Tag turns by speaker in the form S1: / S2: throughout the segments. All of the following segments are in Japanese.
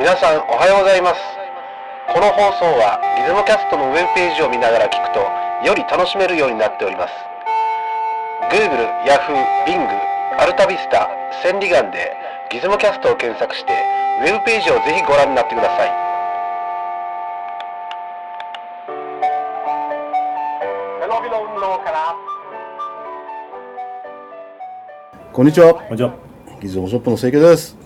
S1: 皆さんおはようございますこの放送はリズムキャストのウェブページを見ながら聞くとより楽しめるようになっております Google、Yahoo、Bing、アルタビスタ、センリガンでギズムキャストを検索してウェブページをぜひご覧になってください
S2: こんにちは。
S3: こんにちは。
S2: ギズモショップの清家です。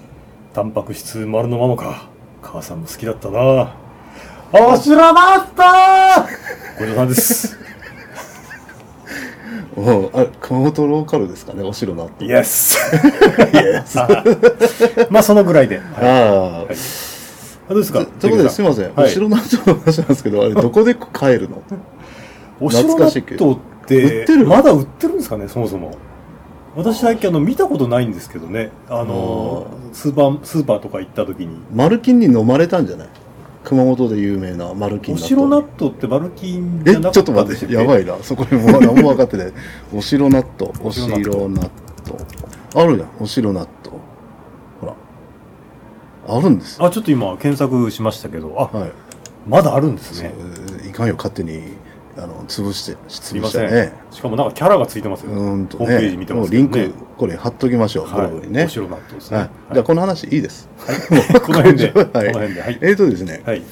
S3: タンパク質丸のままか。母さんも好きだったな。おしらまったごちそうさんです。
S2: うん、あれ、熊本ローカルですかね、お城の後。
S3: イエス。 まあ、そのぐらいで。はい
S2: ああ。
S3: あどうですか
S2: ということで、すみません。
S3: はい
S2: お城の後の話なんですけど、あ れ、どこで帰るの
S3: お城
S2: 懐かしいけど
S3: 納豆って、
S2: 売ってる
S3: まだ売ってるんですかね、そもそも。私だけあの見たことないんですけどね。あの
S2: あ、
S3: スーパー、スーパーとか行った時に。
S2: マルキンに飲まれたんじゃない熊本で有名なマルキン
S3: お
S2: 納
S3: 城
S2: 豆
S3: 納豆ってバルキンじ
S2: え、
S3: ゃ
S2: ち
S3: な
S2: ょっ
S3: かった
S2: と待っ
S3: で
S2: て、やば
S3: い。
S2: いな。そこに もう何も分かってない。お城納豆、お城納豆。あるじゃん、お城納豆。ほら。あるんですよ。
S3: あ、ちょっと今検索しましたけど、あ、
S2: はい。
S3: まだあるんです
S2: そう
S3: ね。
S2: いかんよ、勝手に、あの、潰して、
S3: す
S2: 潰
S3: みま
S2: した
S3: せん、
S2: ね。
S3: しかもなんかキャラがついてますよ。
S2: うーんとね、
S3: ホームページ見てますけどね
S2: もうリンク、これ貼っときましょう、ブログにね。
S3: お城納豆ですね。
S2: は
S3: はいい、
S2: じゃあ、この話いいです。
S3: この辺で、
S2: はい
S3: この辺で、はい。
S2: えーとですね、
S3: はい。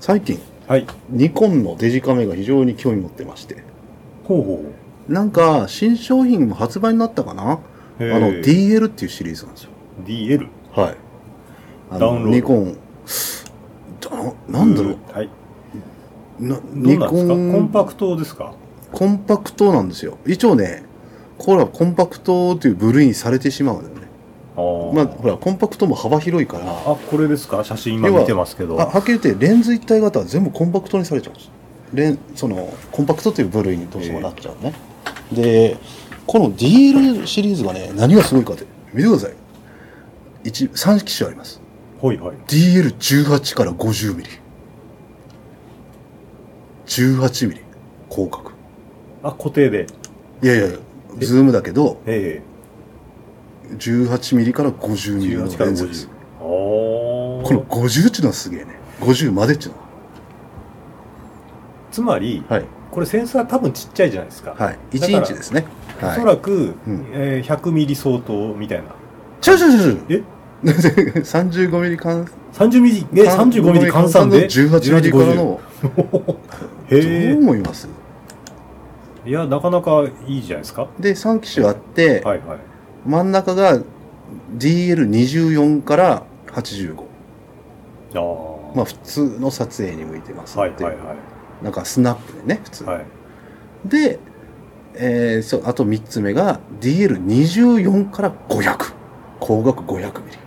S2: 最近、
S3: はい。
S2: ニコンのデジカメが非常に興味持ってまして、
S3: ほうほ
S2: なんか、新商品も発売になったかなあ
S3: う。へー
S2: の、DL っていうシリーズなんですよ。
S3: DL。
S2: はい。あ
S3: ダウ
S2: の、
S3: ンロード
S2: ニコン、だなんだろう、
S3: はい。
S2: な
S3: どう
S2: ニ
S3: なん
S2: コ
S3: ですかコン
S2: ン、
S3: パクトですか
S2: コンパクトなんですよ。一応ね、コーラコンパクトという部類にされてしまうんだよね。
S3: あー
S2: まあ、ほら、コンパクトも幅広いから、
S3: あ、これですか写真今
S2: 要は
S3: 見てますけど。
S2: あはっきり言ってレンズ一体型は全部コンパクトにされちゃうんですレンそのコンパクトという部類にどうしてもなっちゃうね、でこの DL シリーズがね何がすごいかって見てください一3機種あります
S3: ほいはい。
S2: DL18 から 50mm18mm 広角
S3: あ、固定で。
S2: いやいやズームだけど
S3: え
S2: 18mm から
S3: え
S2: 50mm
S3: 18
S2: の
S3: から
S2: レンズです
S3: 50。あー
S2: この50っていうのはすげえね50までっていうのは
S3: つまり、
S2: はい
S3: これセンサー多分ちっちゃいじゃないですか。
S2: はい
S3: だ
S2: 1
S3: から
S2: インチですね
S3: お
S2: はい
S3: そらく、
S2: うん
S3: えー100ミリ相当みたいな。
S2: ちょちょちょちょ。
S3: え
S2: 35ミリ換
S3: 30ミリ、え、35ミリ換算で
S2: 18ミリからの
S3: へ
S2: どう
S3: え。
S2: 思います
S3: いや、なかなかいいじゃないですか。
S2: で3機種あって、
S3: はいはい。
S2: 真ん中が DL24 から85
S3: ああ。
S2: まあ普通の撮影に向いてます
S3: はい
S2: って
S3: はい
S2: いう、
S3: はい。
S2: なんかスナップでね普通、
S3: はい。
S2: で、えーそうあと3つ目が DL24 から500光学500ミリ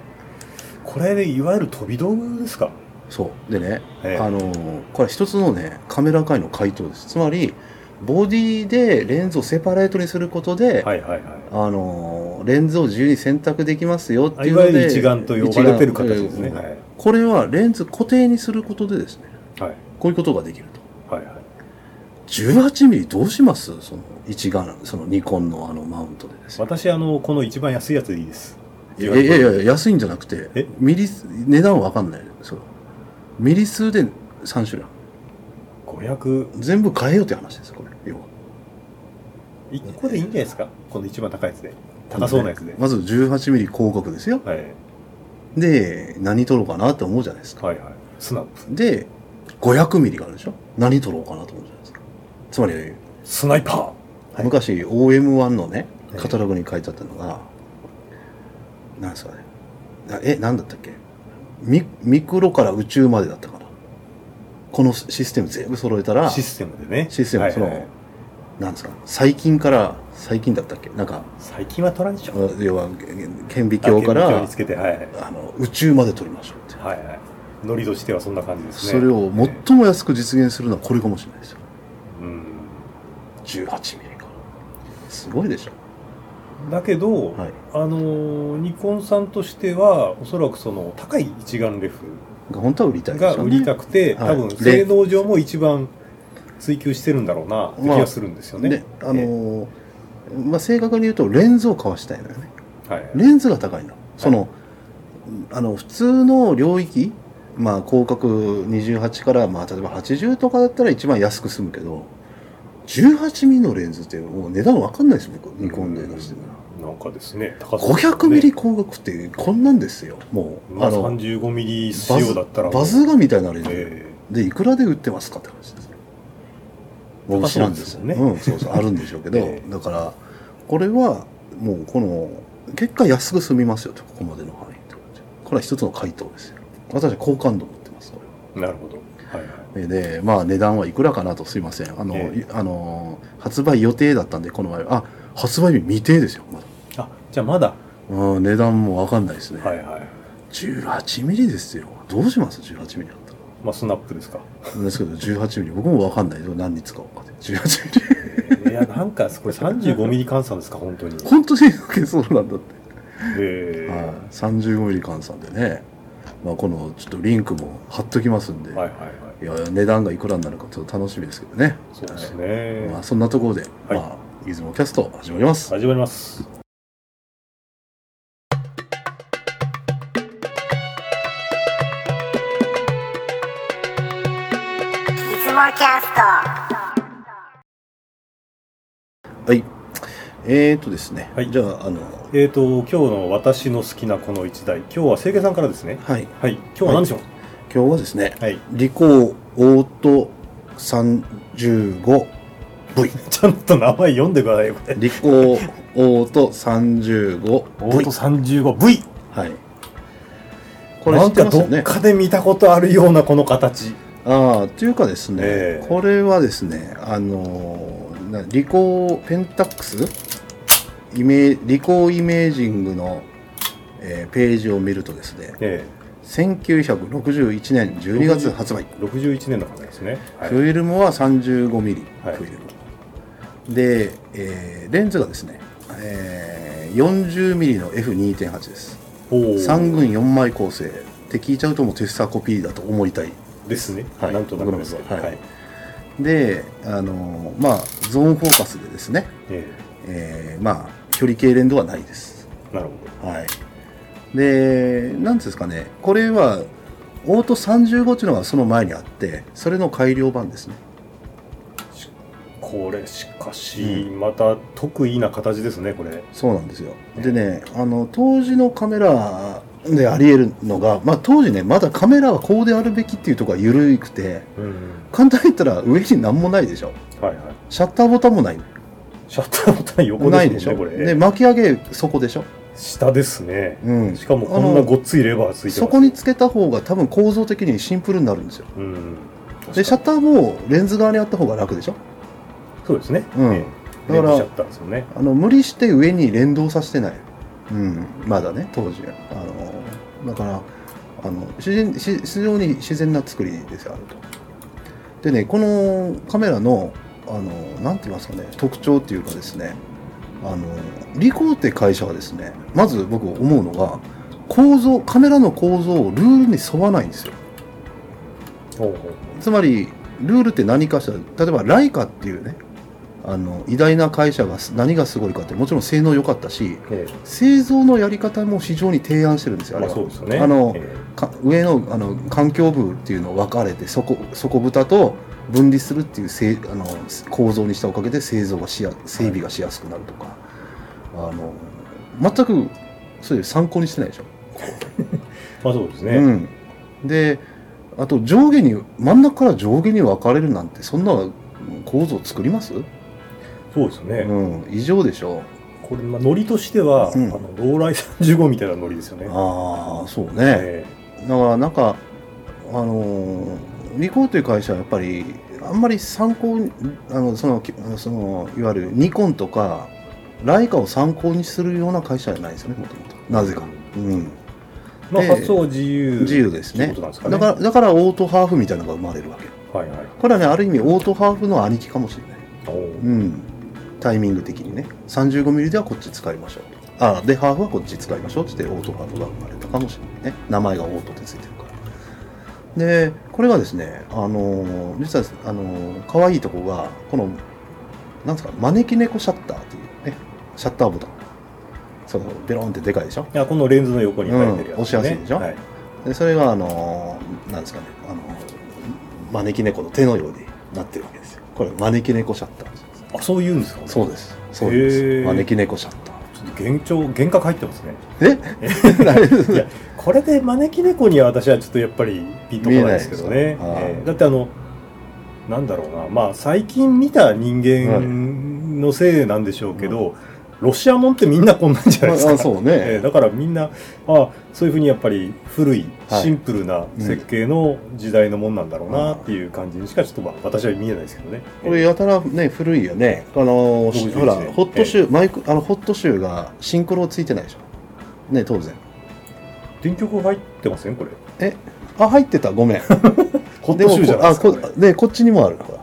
S3: これでいわゆる飛び道具ですか。
S2: そうでね
S3: ええ
S2: あのーこれ一つのねカメラ界の回答ですつまりボディでレンズをセパレートにすることで、
S3: はいはいはい。
S2: あのーレンズを自由に選択できますよっ
S3: あ
S2: てい
S3: いう
S2: の
S3: わ
S2: で
S3: ゆる一眼と呼ばれてる形ですね。
S2: 一眼
S3: はい
S2: これはレンズ固定にすることでですね
S3: はい
S2: こういうことができると
S3: はいはい。
S2: 18ミリどうしますその一眼そのニコンのあのマウントでですね
S3: 私あのこの一番安いやつでいいです。
S2: いやいやいや安いんじゃなくて
S3: え
S2: ミリ数値段は分かんないそれミリ数で3種類
S3: 五百
S2: 全部変えようという話ですこれ要は
S3: 一個でいいんじゃないですか。この一番高いやつで。高そうなやつで。
S2: まず18ミリ広角ですよ
S3: はい
S2: で何撮ろうかなって思うじゃないですか
S3: はいはい。スナップ。
S2: で500ミリがあるでしょ何撮ろうかなと思うじゃないですかつまり、
S3: スナイパはい
S2: 昔 OM1 のね
S3: はい
S2: カタログに書いてあったのが、なんですかねなえ何だったっけミミクロから宇宙までだったかなこのシステム全部揃えた
S3: ー。
S2: ら
S3: システムでね。
S2: システム
S3: はい
S2: その
S3: はい
S2: なんですか最近から最近だったっけなんか
S3: 最近は取らんでしょ。
S2: 要は顕微鏡か
S3: あ顕微鏡
S2: ら
S3: につけてはいはい
S2: あの宇宙まで撮りましょうって
S3: はいはい。ノリとしてはそんな感じです
S2: そ
S3: ね。
S2: れを
S3: ね
S2: 最も安く実現するのはこれかもしれないですよ
S3: うん。
S2: 18ミリかすごいでしょ
S3: だけど、
S2: はい
S3: あのーニコンさんとしてはおそらくその高い一眼レフ
S2: 本当は売りたいで
S3: が
S2: すよ
S3: 売り
S2: ね
S3: たくて、
S2: はい
S3: 多分
S2: で
S3: 性能上も一番追求してるんだろうなって気
S2: まあ
S3: がするんですよね。
S2: ねあのーまあ、正確に言うとレンズを買わしたいのよね
S3: はい、
S2: レンズが高いのその、あの普通の領域まあ、広角28から、まあ、例えば80とかだったら一番安く済むけど、18ミリのレンズってもう値段わかんないです、僕。ニコンで出してるの
S3: なんかですね、高さ
S2: 500ミリ広角ってこんなんですよ、もう。
S3: まあ、35ミリ仕
S2: バズ
S3: 様だったらもう
S2: バズーガみたいなレンズ。
S3: え
S2: でいくらで売ってますかって話ですよ。僕知らんですよね。
S3: 高そう
S2: うん、そうそうあるんでしょうけど、
S3: ええ
S2: だからこれはもうこの結果安く済みますよとここまでの範囲ってことでこれは一つの回答ですよ。私は好感度を持ってます。これは
S3: えなるほど。はいはい。
S2: えーで、まあ値段はいくらかなとすいません。あの、
S3: ええ
S2: いあの発売予定だったんでこの前はあ発売日未定ですよまだ。
S3: あ、じゃあまだ。
S2: うん値段もわかんないですね。
S3: はいはい。
S2: 18ミリですよ。どうします ?18 ミリだったら。
S3: まあ、スナップですか。
S2: ですけど18ミリ僕も分かんないけど何に使おうかって18ミ リ
S3: いや、なんか、これ35ミリ換算ですか、本当に。
S2: 本当にそうなんだって、
S3: え
S2: は
S3: え
S2: い、35ミリ換算でね、まあ、このちょっとリンクも貼っときますんで、
S3: はい
S2: い、
S3: はいはい。
S2: や値段がいくらになるかちょっと楽しみですけどね
S3: そうです
S2: はいま
S3: ね
S2: あ、。そんなところで、
S3: はい
S2: まあ、出雲キャスト始まります、
S3: 始まります。
S2: は
S4: いつもキャスト
S2: いえー、とですね、
S3: はい
S2: じゃああの
S3: えっ、と、今日の私の好きなこの一台。今日は清家さんからですね。
S2: はい
S3: はい。今日は何でしょう
S2: 今日はですね
S3: はい。
S2: リコーオート 35V
S3: ちゃんと名前読んでくださいよ、これ。
S2: リコーオート 35V
S3: オート 35V!
S2: はい。これ知ってますよ
S3: なん
S2: ね
S3: かど。っかで見たことあるようなこの形。
S2: ああ、というかですね、
S3: ええ
S2: これはですね、あのー、なリコーペンタックスイメリコーイメージングの、えーページを見るとですね、
S3: え
S2: 1961年12月発売。
S3: え61年の方ですね。はい
S2: フ。ィルムは 35mm フ
S3: はい
S2: ィルム。で、えーレンズがですね、えー 40mm の F2.8 です。
S3: おー
S2: 3軍4枚構成って聞いちゃうともうテッサコピーだと思いたい
S3: ですね。
S2: はい
S3: なんとなくですけど。
S2: は
S3: はいい。
S2: であのまあゾーンフォーカスでですね、
S3: え
S2: えーまあ距離計連動はないです
S3: えなるほ
S2: はいで何ですかねこれはオート35っていうのがその前にあってそれの改良版ですね
S3: ど。これ、しかし、また得意な形ですね、これ。
S2: そうなんですよでねあの当時のカメラでありえるのが、まあ、当時ねまだカメラはこうであるべきっていうところが緩くて
S3: うん。
S2: 簡単に言ったら上に何もないでしょ
S3: はいはい。
S2: シャッターボタンもない
S3: シャッターボタン横
S2: ないで
S3: で
S2: し
S3: すも
S2: ょ
S3: んね、これ。
S2: で巻き上げそこでしょ、
S3: 下ですね。
S2: うん
S3: しかもこんなごっついレバーついてます。
S2: そこにつけた方が多分構造的にシンプルになるんですよ
S3: うん。
S2: でシャッ
S3: ッ
S2: ターもレンズ側にあった方が楽でしょ
S3: そうですね。
S2: うん
S3: ええ
S2: だから
S3: レンズシャッターですよね。
S2: あの無理して上に連動させてない、うん、まだね当時あのだからあの自然し非常に自然な作りですよあるとでねこのカメラのあのなんて言いますかね特徴っていうかですねあのリコーって会社はですねまず僕思うのが構造カメラの構造をルールに沿わないんですよ
S3: ほうほうほう
S2: つまりルールって何かしら例えばライカっていうねあの偉大な会社が何がすごいかってもちろん性能良かったし
S3: え
S2: 製造のやり方も非常に提案してるんです
S3: え
S2: よあ
S3: ま
S2: れ
S3: あ、
S2: は
S3: そうですよね。
S2: あの
S3: ええ
S2: か上のあの環境部っていうのを分かれて底底蓋と分離するっていうせいあの構造にしたおかげで製造がしや整備がしやすくなるとか、あの全くそういう参考にしてないでしょ
S3: まあそうですね。
S2: うん、であと上下に真ん中から上下に分かれるなんてそんな構造作ります、
S3: そうですね。
S2: うん、異常でしょ
S3: これ、まあ、ノリとしては、
S2: うん
S3: あのローライ35みたいなノリですよね。
S2: ああそうね
S3: え
S2: だからなんかあのーリコーという会社はやっぱりあんまり参考にあのそのきそのいわゆるニコンとかライカを参考にするような会社じゃないですよねもともとなぜか、うん、
S3: えまあ、
S2: で
S3: 発想は自由。
S2: 自由ですね
S3: ってことなんですかね。
S2: だからだからオートハーフみたいなのが生まれるわけ
S3: はいはい。
S2: これはねある意味オートハーフの兄貴かもしれない
S3: おー
S2: うん、タイミング的にね 35mm ではこっち使いましょうとあでハーフはこっち使いましょうっつってオートハーフが生まれたかもしれないね名前がオートでついてるからでこれがですねあのー実はあのー可愛いとこがこのなんですか招き猫シャッターっていうねシャッターボタンそのベロンってでかいでしょ
S3: いやこのレンズの横に入ってるやつ、ね
S2: うん押しやすいでしょ
S3: はい、
S2: でそれがあのなんですかねあの招き猫の手のようになってるわけですよこれ招き猫シャッターです
S3: あそう言うんですか
S2: そうですそうなんです
S3: へー
S2: 招き猫シャッター
S3: ちょっと幻聴幻覚入ってますね
S2: え何
S3: いやこれで招き猫には私はちょっとやっぱりピンとこないですけど
S2: 見えない
S3: ね
S2: で、すかああ
S3: ええだってあのなんだろうなまあ最近見た人間のせいなんでしょうけど、ロシアもんってみんなこんなんじゃないですか、
S2: まあそうね
S3: ええだからみんなあそういうふうにやっぱり古い
S2: はい
S3: シンプルな設計の時代のもんなんだろうなっていう感じにしかちょっとまあ私は見えないですけどね。
S2: これやたらね古いよねあの
S3: 僕
S2: ほら
S3: ですね
S2: ホットシュー、マイクあのホットシューがシンクロついてないでしょね当然
S3: 電極入ってませんこれ。
S2: あ入ってたご めん
S3: ホットシューじゃないですか。
S2: でもこあこねこっちにもあるほら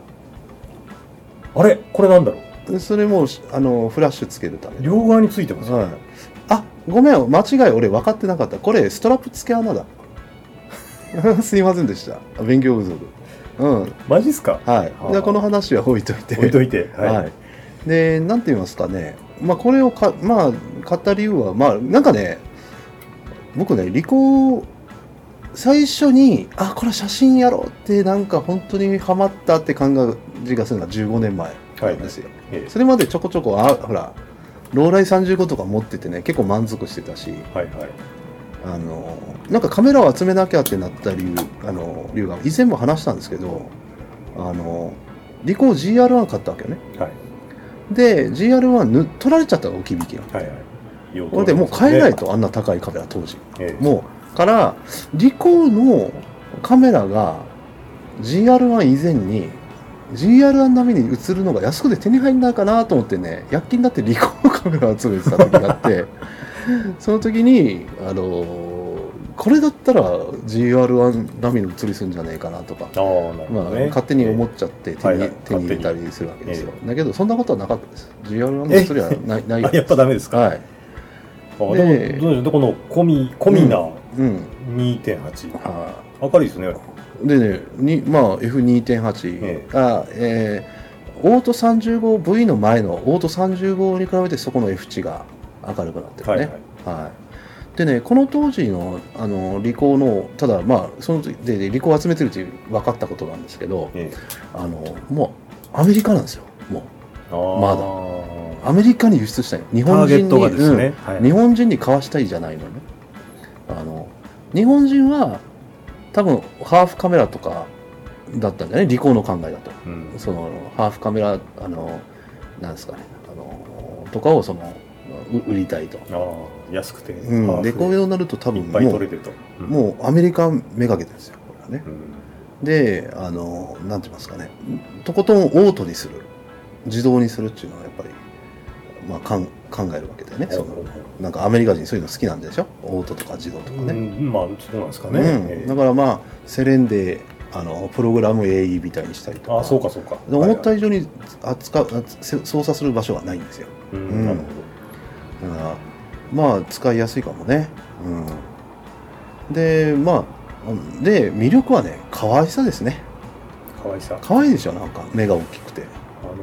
S3: これあれこれなんだろう。
S2: でそれもあのフラッシュつけるため
S3: 両側についてますよ、
S2: はい、あごめん間違い俺分かってなかったこれストラップ付け穴だ すいませんでした勉強不足うん
S3: マジっすか。
S2: はい
S3: あ
S2: じゃあこの話は置いといて
S3: 置いといて。
S2: はい、でなんて言いますかねまあこれをかまあ買った理由はまあなんかね僕ねリコ最初にあこれ写真やろうってなんか本当にハマったって感じがするのは15年前なんですよ、
S3: え
S2: それまでちょこちょこあほらローライ35とか持っててね結構満足してたし
S3: えはいはい。
S2: あのなんかカメラを集めなきゃってなった理由あの理由が以前も話したんですけどあのリコー GR1 買ったわけよね
S3: はい
S2: で GR1 ぬ取られちゃったの置き引きが
S3: はいはい。用途
S2: これでもう買えないとあんな高いカメラ当時
S3: ええ。
S2: もうからリコーのカメラが GR1 以前に GR1 並みに映るのが安くて手に入んないかなと思ってね躍起になってリコーのカメラを集めてた時があって その時にあのこれだったら GR1 並みの映りするんじゃねえかなとか、
S3: ああなるほ
S2: まあ
S3: ど、ね。
S2: 勝手に思
S3: っ
S2: っちゃって手に,、
S3: はいはい
S2: 手に入れたりするわけですよ
S3: 勝、
S2: だけどそんなことはなかったです GR1 の映りはないない
S3: あやっぱダメですか。
S2: はい
S3: ああ
S2: で
S3: でもどうでしょうこのコミコミナ
S2: うん
S3: 2.8、
S2: はい
S3: 明るいですね。
S2: でね、にまあ、F2.8、
S3: ええ
S2: あえーオート 35V の前のオート35に比べてそこの F 値が明るくなってる
S3: はい
S2: ね。
S3: は
S2: はい
S3: い。
S2: でね、この当時のあのリコーのただまあその時ででリコーを集めてるっていう分かったことなんですけど
S3: ええ
S2: あのもうアメリカなんですよも
S3: ああ
S2: まだうアメリカに輸出したい日
S3: ター
S2: 本
S3: ゲ
S2: 人
S3: ッ
S2: に
S3: トがですね。は
S2: うん日本人に買わしたいじゃないのねあの日本人は多分ハーフカメラとかだったんじゃないリコーの考えだと
S3: うん
S2: そのハーフカメラあのなんですかねあのとかをそのう売りたいと、
S3: ああ安くて、
S2: うん、でこういうのになると多
S3: い
S2: 分
S3: っ
S2: も
S3: ぱい取れ
S2: う
S3: てると。うん
S2: もうアメリカめがけてるんですよこれはね
S3: うん
S2: であのなんて言いますかねとことんオートにする自動にするっていうのはやっぱり、まあ、かん考えるわけだよねそのなんかアメリカ人そういうの好きなんでしょオートとか自動とか
S3: う
S2: ね,、
S3: んまあそうなんですか
S2: う
S3: ね。
S2: ん
S3: ええ
S2: だからまあセレンであのプログラム AE みたいにしたりとか
S3: ああそうかそうか。
S2: で思った
S3: はい
S2: 以上に扱うあせ操作する場所がないんですよ
S3: はいうん
S2: うん
S3: なるほ
S2: だからまあ使いやすいかもね、うん、でまあうんで魅力はね可愛さですね
S3: ど。可愛さ。
S2: 可愛いでしょなんか目が大きくて、
S3: あの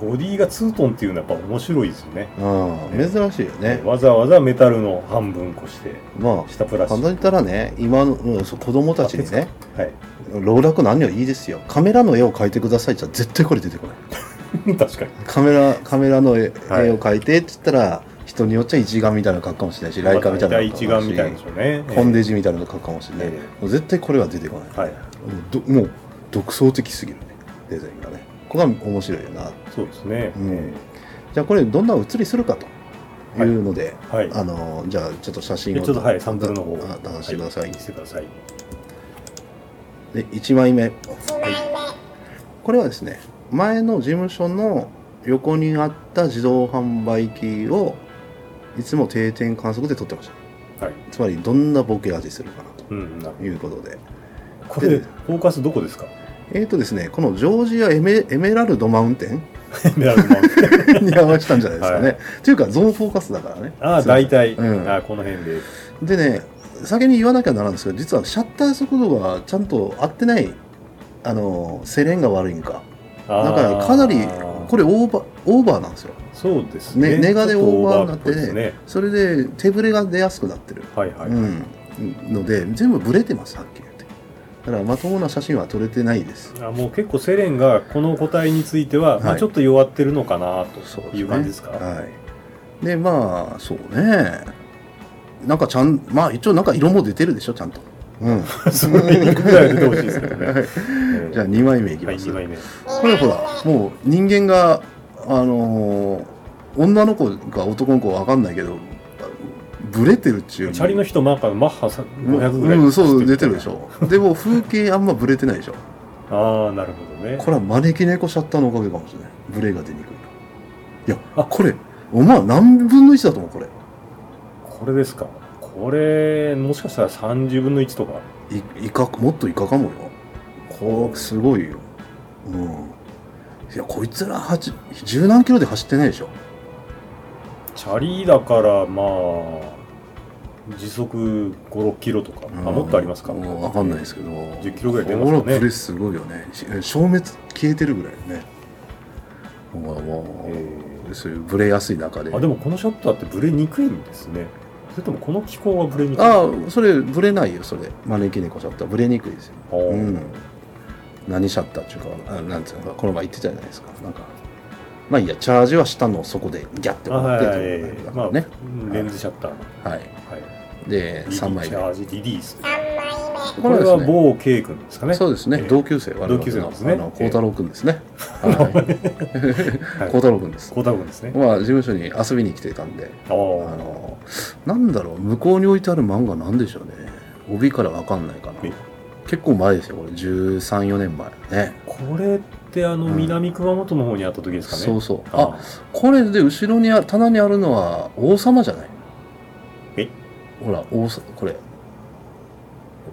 S3: このボディがツートンっていうのはやっぱ面白いですよね。
S2: うん、珍しいよね、
S3: わざわざメタルの半分こして
S2: ま
S3: 下プラ
S2: あ
S3: スチ
S2: 簡単に言
S3: ック
S2: ったらね今の、うん、そう子供たちにね
S3: はい
S2: 老若男女いいですよカメラの絵を描いてくださいじゃ絶対これ出てこない
S3: 確かに
S2: カメラカメラの絵,、
S3: はい
S2: 絵を描いてって言ったら人によっちゃ一眼みたいなの描くかもしれないしライカみたいなの
S3: 第
S2: 描く
S3: 一
S2: かも
S3: 眼
S2: し
S3: み
S2: れ
S3: た
S2: ないい
S3: なでしょうね
S2: コンデジみたいなの描くかもしれない、
S3: え
S2: もう絶対これは出てこない、
S3: えはい
S2: もうどもう独創的すぎるねデザインがねここが面白いよな
S3: そうですね、
S2: うん
S3: え
S2: じゃあこれどんな写りするかというので、
S3: えはい
S2: あのじゃあちょっと写真
S3: で
S2: を
S3: ちょっとはいサンプルの方を
S2: あ出してください、
S3: 見せてください
S2: で1枚目
S4: 1枚目
S2: これはですね前の事務所の横にあった自動販売機をいつも定点観測で撮ってました
S3: はい
S2: つまりどんなボケ味するかな
S3: うんなる
S2: ということで
S3: これフォーカスどこですか
S2: えーとですねこのジョージアエメエメラルドマウンテン
S3: メダルマウンテン
S2: に合わせたんじゃないですかね、
S3: は
S2: というかゾーンフォーカスだからね
S3: ああ
S2: すいません
S3: 大体、
S2: うん
S3: ああこの辺です
S2: でね先に言わなきゃならんですけど実はシャッター速度がちゃんと合ってないあのセレンが悪いんか
S3: あ
S2: だ
S3: あ
S2: からかなりこれオーバーオーバーなんですよ
S3: そうですね
S2: ね、ネガで
S3: ちょっと
S2: オーバーになって
S3: オーバーぽいです
S2: ねそれで手ぶれが出やすくなってる、
S3: はいはい、
S2: うん、ので全部ブレてますはっきり言ってだからまともな写真は撮れてないです
S3: あもう結構セレンがこの個体については、ま
S2: は
S3: あ、
S2: い
S3: ちょっと弱ってるのかな
S2: そう
S3: という感じですか
S2: はいでまあそうねなんかちゃんまあ一応なんか色も出てるでしょちゃんと うん
S3: すごい肉ぐらい出てほしいですけどね、
S2: はい じゃあ2枚目いき
S3: は
S2: ま
S3: い
S2: す、
S3: 2枚目
S2: これほらもう人間があのー女の子か男の子かわかんないけどブレてるっちゅう
S3: チャリの人マーカーマッハさ500ぐらい、
S2: うん、そう出てるでしょでも風景あんまブレてないでしょ
S3: ああなるほどね
S2: これは招き猫シャッターのおかげかもしれないブレが出にくいいや
S3: あ
S2: これお前何分の1だと思うこれ
S3: これですかこれもしかしたら30分の1とか
S2: いイカもっとイカかもよこうすごいようんいやこいつら8十何キロで走ってないでしょ
S3: チャリだからまあ時速56キロとか、あもっとありますか、
S2: うんわかんないですけど10
S3: 10キロぐらい出ますかね
S2: これプレスすごいよねし消滅消えてるぐらいねまあまあ、
S3: え
S2: そういうブレやすい中で
S3: ーあでもこのショットだってブレにくいんですねそれともこの機構はブレにくい
S2: ああそれブレないよそれ招き猫シャッターブレにくいですよ
S3: あー
S2: うん何シャッターっていうかあなんつうのかこの前言ってたじゃないですかなんかまあいいやチャージは下の底でギャッて
S3: あ
S2: 持っ
S3: はい
S2: て
S3: はいはい
S2: ということだ
S3: まあ、
S2: からね、
S3: レンズシャッターの、
S2: はい
S3: はい、
S2: で3枚
S3: チ
S2: 目
S3: ャージリリース
S2: こ
S3: こ
S2: れ
S3: れ
S2: は
S3: は
S2: ですね
S3: 某 K 君ですかね
S2: そうですね、
S3: ええ
S2: 同級生我々の
S3: 同級生なんですね
S2: あの孝太郎君ですねはい孝太郎君です
S3: コータ君ですね
S2: まあ事務所に遊びに来てたんで
S3: あ
S2: あ
S3: あ
S2: のなんだろう向こうに置いてある漫画なんでしょうね帯からわかんないかな
S3: え
S2: 結構前ですよこれ134年前ね
S3: これってあの
S2: うん
S3: 南熊本の方にあった時ですかね、
S2: そうそうあ
S3: あ
S2: これで後ろにあ棚にあるのは王様じゃない
S3: え
S2: ほら王さこれ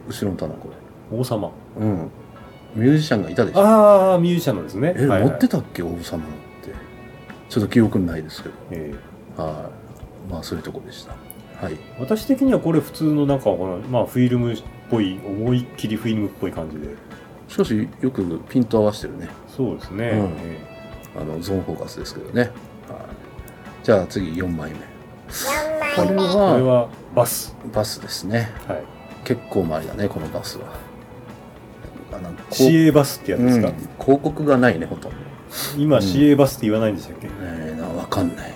S2: 後ろの棚こ
S3: 王様
S2: れうんミュージシャンがいたでしょ
S3: ああミュージシャンのですね
S2: え、
S3: はいは
S2: 持
S3: い
S2: ってたっけ王様ってちょっと記憶にないですけど
S3: え
S2: はいまあそういうとこでしたはい
S3: ー私的にはこれ普通のなんかこの、まあ、フィルムっぽい思いっきりフィルムっぽい感じで
S2: しかしよくピント合わせてるね
S3: そうですね、
S2: うん
S3: え
S2: あのゾーンフォーカスですけどね、はい、じゃあ次4枚目これ
S3: ーこれ
S2: は
S3: はバス
S2: バスですね
S3: はい
S2: 結構前だねこのバスはなんかなんかこう
S3: CA バスってやつですか、
S2: うん広告がないねほとんど、
S3: 今
S2: うん
S3: CA バスって言わないんでしたっけ、
S2: えー、なわかんない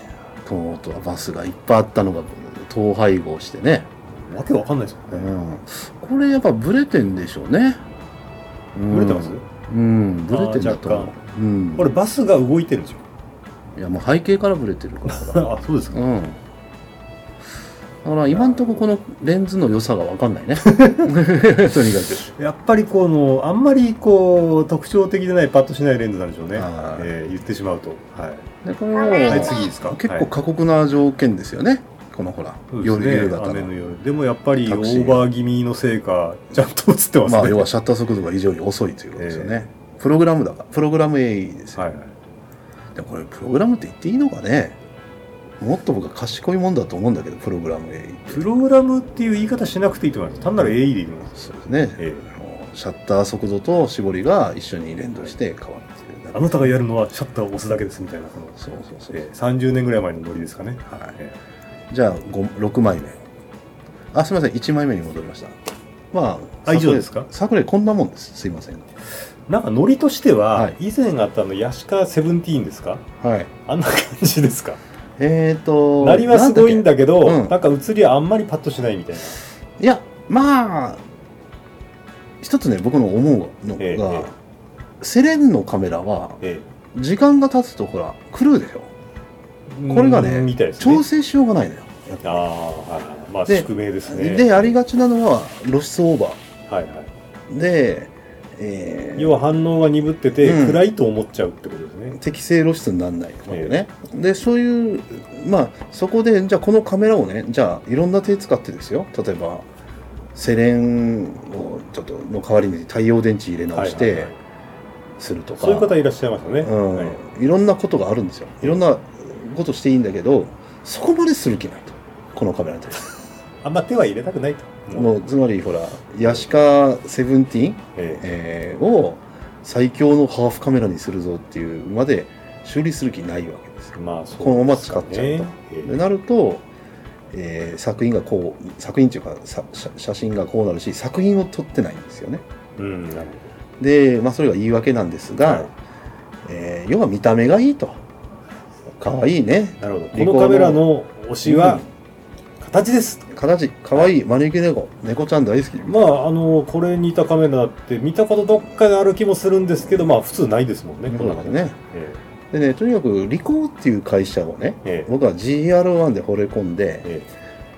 S2: 熊本はバスがいっぱいあったのが統廃合してね、
S3: わけわかんないですもんね、
S2: ん、これやっぱブレてんでしょうね、うん
S3: ブレてます、
S2: うんブレてんだと
S3: あー
S2: 思
S3: 若
S2: う、うん、
S3: これバスが動いてるんですよ
S2: いやもう背景からブレてるからほら
S3: あそうですか、
S2: うんだから今んとここのレンズの良さがわかん ないねとにかく
S3: やっぱりこのあんまりこう特徴的でないパッとしないレンズなんでしょうね、
S2: あー
S3: えー言ってしまうと、はい、
S2: でこれ
S3: はい、
S2: も
S3: 次ですか。
S2: 結
S3: はい
S2: 構過酷な条件ですよねこのほら、
S3: そう
S2: 夜
S3: ですね
S2: 夕方
S3: 雨の
S2: の
S3: 夜。でもやっぱり
S2: タ
S3: オ
S2: クシー
S3: ーバー気味のせいか、ちゃんと映ってますね。
S2: まあ要はシャッター速度が異常に遅いということですよね、プログラムだからプログラム AE ですよ、
S3: はいはい。
S2: でもこれプログラムって言っていいのかねもっと僕は賢いもんだと思うんだけどプログラム AE って
S3: プログラムっていう言い方しなくていいと思います。単なる AE でいいと思います。
S2: そうですね、
S3: え
S2: あのシャッター速度と絞りが一緒に連動して変わるっていう、
S3: えあなたがやるのはシャッターを押すだけですみたいな、この、
S2: そうそうそう、
S3: ええ30年ぐらい前のノリですかね。
S2: はい
S3: え
S2: じゃあご6枚目あすみません1枚目に戻りましたまあ
S3: あ以上ですか
S2: 桜井こんなもんですすいません
S3: なんかノリとして
S2: は、
S3: はい以前あったあの、ヤシカセブンティーンですか
S2: はい
S3: あんな感じですか。
S2: えっ、と
S3: なりはすごいんだけど、
S2: なんだ
S3: なんか映りはあんまりパッとしないみたいな。
S2: いやまあ一つね僕の思うのが、
S3: ええ
S2: セレンのカメラは
S3: え
S2: 時間が経つとほら狂うでしょ
S3: え
S2: これがね
S3: うんみたいですね
S2: 調。整しようがないのよやっ
S3: あ
S2: ぱ
S3: あ、はいはいまあ
S2: で
S3: 宿命です
S2: り
S3: ね。
S2: でありがちなのは露出オーバ
S3: はいはい。
S2: ーで、えー
S3: 要は反応が鈍ってて、
S2: うん
S3: 暗いと思っちゃうってことですね。
S2: 適正露出にならないわけね、でそういうまあそこでじゃあこのカメラをねじゃあいろんな手使ってですよ例えばセレンをちょっとの代わりに太陽電池入れ直し
S3: はいはい
S2: て
S3: はい
S2: するとか、
S3: そういう方いらっしゃいますよね。はい
S2: うん、いろんなことがあるんですよいろんなことしていいんだけどそこまでする気ないとこのカメラに対して
S3: あんま手は入れたくないと。
S2: もうつまりほらヤシカセブンティーン、
S3: ええ
S2: えーを最強のハーフカメラにするぞっていうまで修理する気ないわけですよ
S3: まあそうですね
S2: このまま使っちゃうと
S3: ええ
S2: でなると、えー作品がこう作品っていうかさ写写真がこうなるし作品を撮ってないんですよね
S3: うん、なるほ
S2: で、まあ、それが言い訳なんですが、
S3: はい
S2: えー要は見た目がいいとかわいいね
S3: ど。なるほ
S2: リ
S3: ど。
S2: コ
S3: こ
S2: ーの
S3: のカメラの推しは、形です。
S2: 形かわいい招き猫猫ちゃん大好き
S3: まあ、あの、これに似たカメラって、見たことどっかである気もするんですけど、まあ、普通ないですもんね、
S2: 猫の
S3: こんな
S2: 中
S3: 感
S2: で
S3: じ。
S2: ね
S3: え
S2: でねとにかくリコーっていう会社をね
S3: えええ
S2: 僕は GR1 で惚れ込んで
S3: え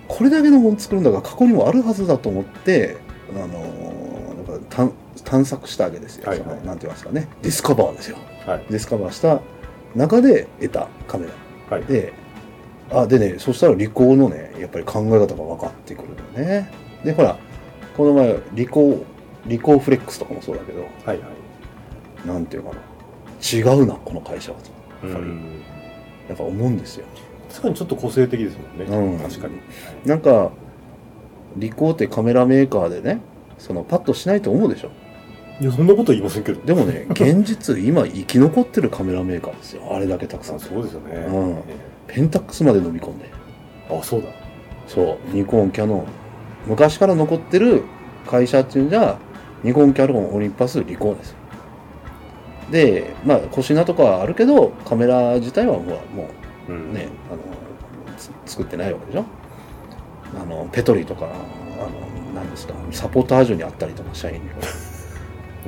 S2: これだけのもの作るんだから過去にもあるはずだと思って、あのーなんか探探索したわけですよ、
S3: はいはい
S2: そのなんて言いますかねディスカバーですよ
S3: えはい。
S2: ディスカバーした中で得たカメラ
S3: はい。
S2: で、あ、でね、そしたらリコーのね、やっぱり考え方が分かってくるのね。で、ほら、この前、リコー、リコーフレックスとかもそうだけど、
S3: はい。はい。
S2: なんていうかな、違うな、この会社はと。
S3: う
S2: やっぱり
S3: ん。
S2: やっぱ思うんですよ。
S3: 確かにちょっと個性的ですもん
S2: う
S3: ね。
S2: ん
S3: 確かに。
S2: なんか、リコーってカメラメーカーでね、そのパッとしないと思うでしょ。
S3: いや、そんなこと言いませんけど。
S2: でもね、現実、今生き残ってるカメラメーカーですよ。あれだけたくさ
S3: あ
S2: ん。
S3: そうですよね。
S2: うん
S3: え
S2: ペンタックスまで飲み込んで。
S3: えあ、そうだ。
S2: そう、ニコン、キャノン。昔から残ってる会社っていうんじゃ、ニコン、キャノン、オリンパス、リコーンですよ。で、まあ、コシナとかはあるけど、カメラ自体はもうも
S3: う
S2: うんね、あのつ作ってないわけでしょ。あの、ペトリとか、あの、なんですか、サポータージュにあったりとか、社員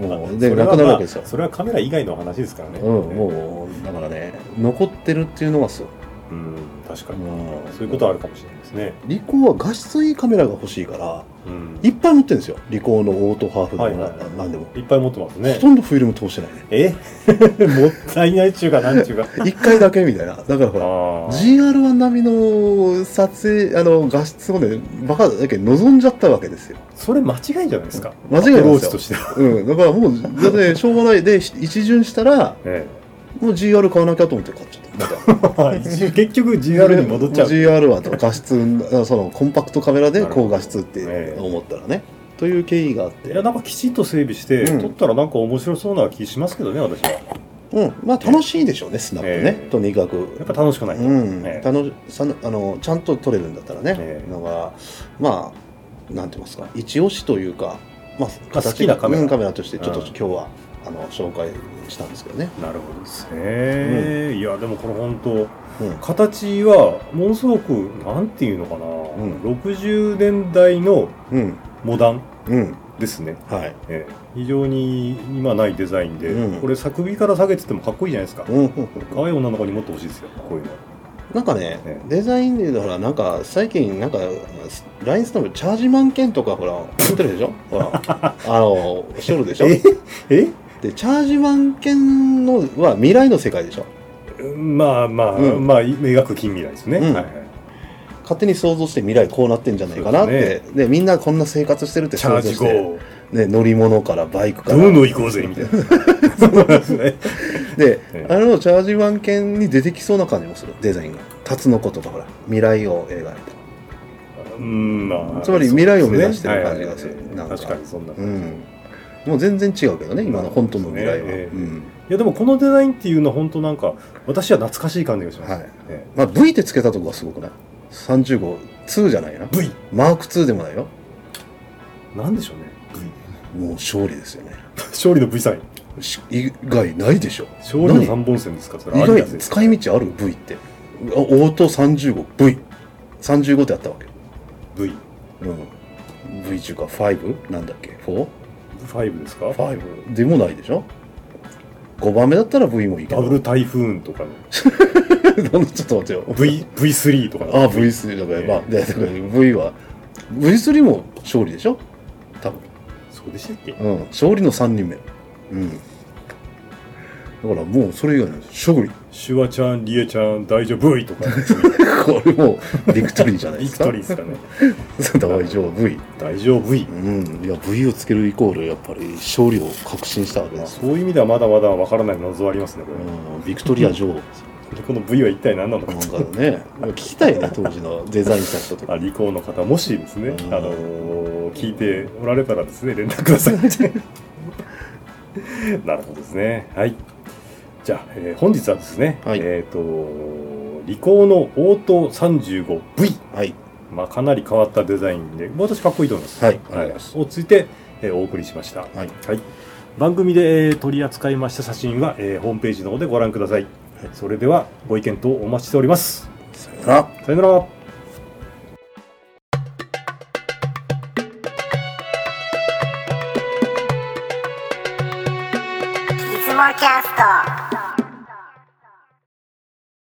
S2: にも。もう、で、
S3: それ
S2: な
S3: は
S2: くなる
S3: まあ
S2: わけですよ。
S3: それはカメラ以外の話ですからね。
S2: うん、もう、だからね、残ってるっていうのがすごい。
S3: うん。確か
S2: う
S3: に。
S2: ん
S3: そういうことはあるかもしれないですね。
S2: リコーは画質いいカメラが欲しいから、
S3: うん
S2: いっぱい持ってるんですよ。リコーのオートハーフでも、
S3: はいはいはい
S2: なんでも。
S3: いっぱい持ってますね
S2: ほ。とんどフィルム通して ないね。
S3: えもったいないっちゅうか、なんちゅうか。
S2: 一回だけみたいな。だからほら、
S3: あー
S2: GR1 並みの撮影、あの、画質をね、バカだけど望んじゃったわけですよ。
S3: それ間違いじゃないですか。
S2: 間違いない
S3: ロー
S2: で
S3: チと
S2: すよ。
S3: しては。
S2: うん。だからもう、だって、しょうがない。で、一巡したら、
S3: え
S2: もう GR 買わなきゃと思って買っちゃった。
S3: え結局 GR に戻っちゃう。
S2: GR は画質、あそのコンパクトカメラで高画質っ
S3: なる
S2: て
S3: ほど
S2: 思ったらね。という経緯があっ
S3: い
S2: て
S3: や、。なんかきちんと整備して、
S2: うん
S3: 撮ったらなんか面白そうな気しますけどね、私は。
S2: うん。まあ楽しいでしょうね、スナップね
S3: え。え
S2: とにかく。
S3: やっぱ楽しくないと。
S2: うん
S3: ええ
S2: 楽しさあのちゃんと取れるんだったらね、
S3: ええ
S2: のがまあなんて言いますか一押しというか、まあ、
S3: まあ好きなカメラ
S2: うんカメラとしてちょっと
S3: うん
S2: 今日は、あの紹介したんですけどね、
S3: なるほどですね。いや、でもこれ本当、
S2: うん
S3: 形はものすごく、なんていうのかな、
S2: ん
S3: 60年代の
S2: うん
S3: モダン
S2: うん
S3: ですね。
S2: はい、
S3: ええ非常に今ないデザインで、
S2: うん
S3: これ作品から下げててもかっこいいじゃないですか。
S2: うんうんうん、
S3: 可愛い女の子にもっと欲しいですよ、こういうの。
S2: なんかね、
S3: ええ
S2: デザインで言うとほらなんか最近なんかラインスタンプチャージマン券とかほら売ってるでしょほ らあのしとるでしょ
S3: ええ
S2: でチャージマン券のは未来の世界でしょ
S3: まあまあ、
S2: うん
S3: まあ、描く近未来ですね。
S2: うん
S3: はいはい
S2: 勝手に想像して未来こうなってんじゃないかなってで,、みんなこんな生活してるって
S3: チャ
S2: 想
S3: ー
S2: 像
S3: ジ
S2: し
S3: 後、
S2: て、
S3: ど
S2: ね、乗り物からバイクから
S3: うの行こうぜ、みた いな。そうですね。
S2: で、
S3: え
S2: あのチャージワン犬に出てきそうな感じもするデザインがタツノコとかほら未来を描いた
S3: うん、まあ。
S2: つまり未来を目指してる感じがする
S3: はいはいはい
S2: なんか
S3: 確かにそんな感
S2: う
S3: じ。
S2: んもう全然違うけどね今の本当の未来は、
S3: そうです
S2: う
S3: ね
S2: ん
S3: いやでもこのデザインっていうのは本当なんか私は懐かしい感じがします、
S2: はい
S3: え
S2: まあ、V ってつけたとこがすごくない30号2じゃないな
S3: え V
S2: マーク2でもないよ
S3: なんでしょうね V
S2: もう勝利ですよね
S3: 勝利の V サイン
S2: し以外ないでしょ
S3: 勝利の三本線ですかそれ
S2: 意
S3: あり
S2: 外
S3: だぜ
S2: に使い道ある V ってあオート 35V35 ってあったわけ
S3: V
S2: うん V 中か 5? なんだっけ 4?5
S3: 5ですか
S2: でもないでしょ5番目だったら V もいいけ
S3: ダ
S2: ど
S3: ブル台風とか
S2: なん だちょっと待ってよ
S3: の V V3 とかの
S2: あ V3 だから、まあでだから V は V3 も勝利でしょ多分
S3: そうでしたっけ
S2: うん勝利の3人目うんだからもうそれ以外の勝利
S3: シュワちゃんリエちゃん大丈夫 V と か
S2: これもうビクトリーじゃないで
S3: ビ
S2: す
S3: ク
S2: か
S3: トリーですかね
S2: ー だから以上 V
S3: 大丈夫 V
S2: うん、いや V をつけるイコールやっぱり勝利を確信したわけ
S3: ま
S2: で
S3: あ
S2: す、
S3: そういう意味ではまだまだわからない謎はありますねこれ
S2: うん、ビクトリア女王
S3: でこの V は一体何なのか
S2: なんかね 聞きたいな当時のデザインした人とか
S3: あリコーの方もしですね、
S2: うん
S3: あのー聞いておられたらですね連絡くだ さいなるほどですねはいじゃあ、えー本日はですね、
S2: はい
S3: えっ、とリコーのオート 35V
S2: はい
S3: まあ、かなり変わったデザインで私かっこいいと思います、
S2: はいありがとうございます
S3: をついて、えーお送りしました、
S2: はい
S3: 番組で、えー取り扱いました写真は、えーホームページの方でご覧ください、それではご意見等お待ちしております
S2: さよなら
S3: さよなら
S4: いつもキャスト